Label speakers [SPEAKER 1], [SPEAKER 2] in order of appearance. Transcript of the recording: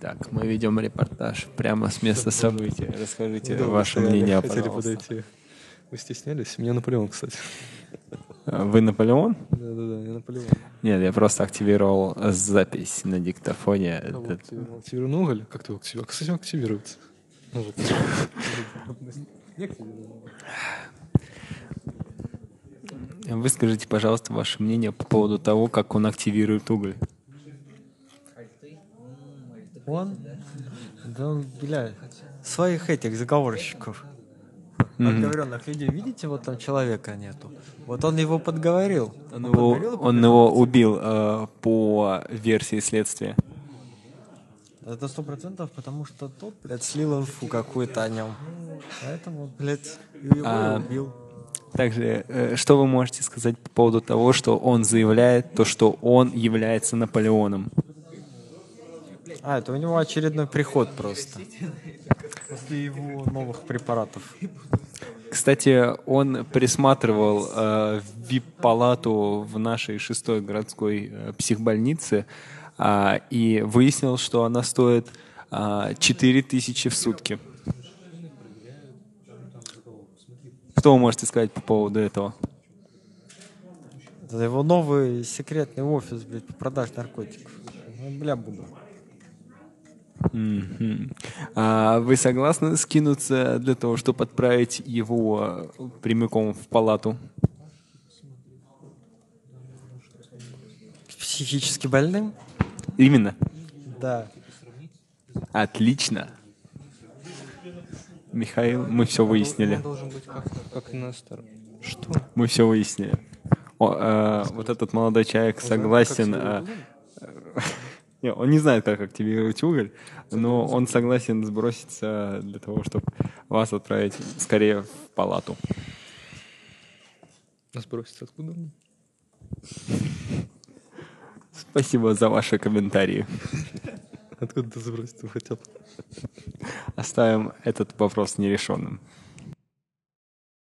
[SPEAKER 1] Так, мы ведем репортаж прямо с места события. Расскажите
[SPEAKER 2] Ну Да, вы
[SPEAKER 1] ваше
[SPEAKER 2] стояли,
[SPEAKER 1] мнение,
[SPEAKER 2] хотели
[SPEAKER 1] пожалуйста.
[SPEAKER 2] подойти. Вы стеснялись? Меня Наполеон, кстати.
[SPEAKER 1] А, Вы Наполеон?
[SPEAKER 2] Да-да-да, я Наполеон. А
[SPEAKER 1] Нет, я просто активировал запись на диктофоне.
[SPEAKER 2] А вот,
[SPEAKER 1] Этот-
[SPEAKER 2] активировал. Активировал уголь? Как ты его активировал? Кстати, он активируется. Ну вот. Не активировал.
[SPEAKER 1] Выскажите, пожалуйста, ваше мнение по поводу того, как он активирует уголь.
[SPEAKER 3] Он? Да он, бля, своих этих заговорщиков.
[SPEAKER 1] Мгм.
[SPEAKER 3] Отговоренных людей. Видите, вот там человека нету. Вот он его подговорил.
[SPEAKER 1] Он его,
[SPEAKER 3] подговорил,
[SPEAKER 1] он его убил э, по версии следствия.
[SPEAKER 3] Это сто процентов, потому что тот, блядь, слил инфу какую-то о нем. Поэтому, блядь, и его и
[SPEAKER 1] А,
[SPEAKER 3] убил.
[SPEAKER 1] Также, э, что вы можете сказать по поводу того, что он заявляет, то, что он является Наполеоном?
[SPEAKER 3] А, это у него очередной приход просто. После его новых препаратов.
[SPEAKER 1] Кстати, он присматривал э, вип-палату в нашей шестой городской э, психбольнице а, и выяснил, что она стоит а, 4000 в сутки. Что вы можете сказать по поводу этого?
[SPEAKER 3] Это его новый секретный офис, блядь, по продаже наркотиков. Ну, бля, буду.
[SPEAKER 1] Мгм. А вы согласны скинуться для того, чтобы отправить его э, прямиком в палату?
[SPEAKER 3] Психически больным?
[SPEAKER 1] Именно.
[SPEAKER 3] Да.
[SPEAKER 1] Отлично. Михаил, мы все выяснили.
[SPEAKER 2] Должен быть как, как Нестор. Что?
[SPEAKER 1] Мы все выяснили. О, э, вот этот молодой человек согласен. э, не, он не знает, как активировать уголь, но он согласен сброситься для того, чтобы вас отправить скорее в палату.
[SPEAKER 2] Нас бросит откуда? он?
[SPEAKER 1] Спасибо за ваши комментарии.
[SPEAKER 2] Откуда ты сбросить его хотел?
[SPEAKER 1] Оставим этот вопрос нерешенным.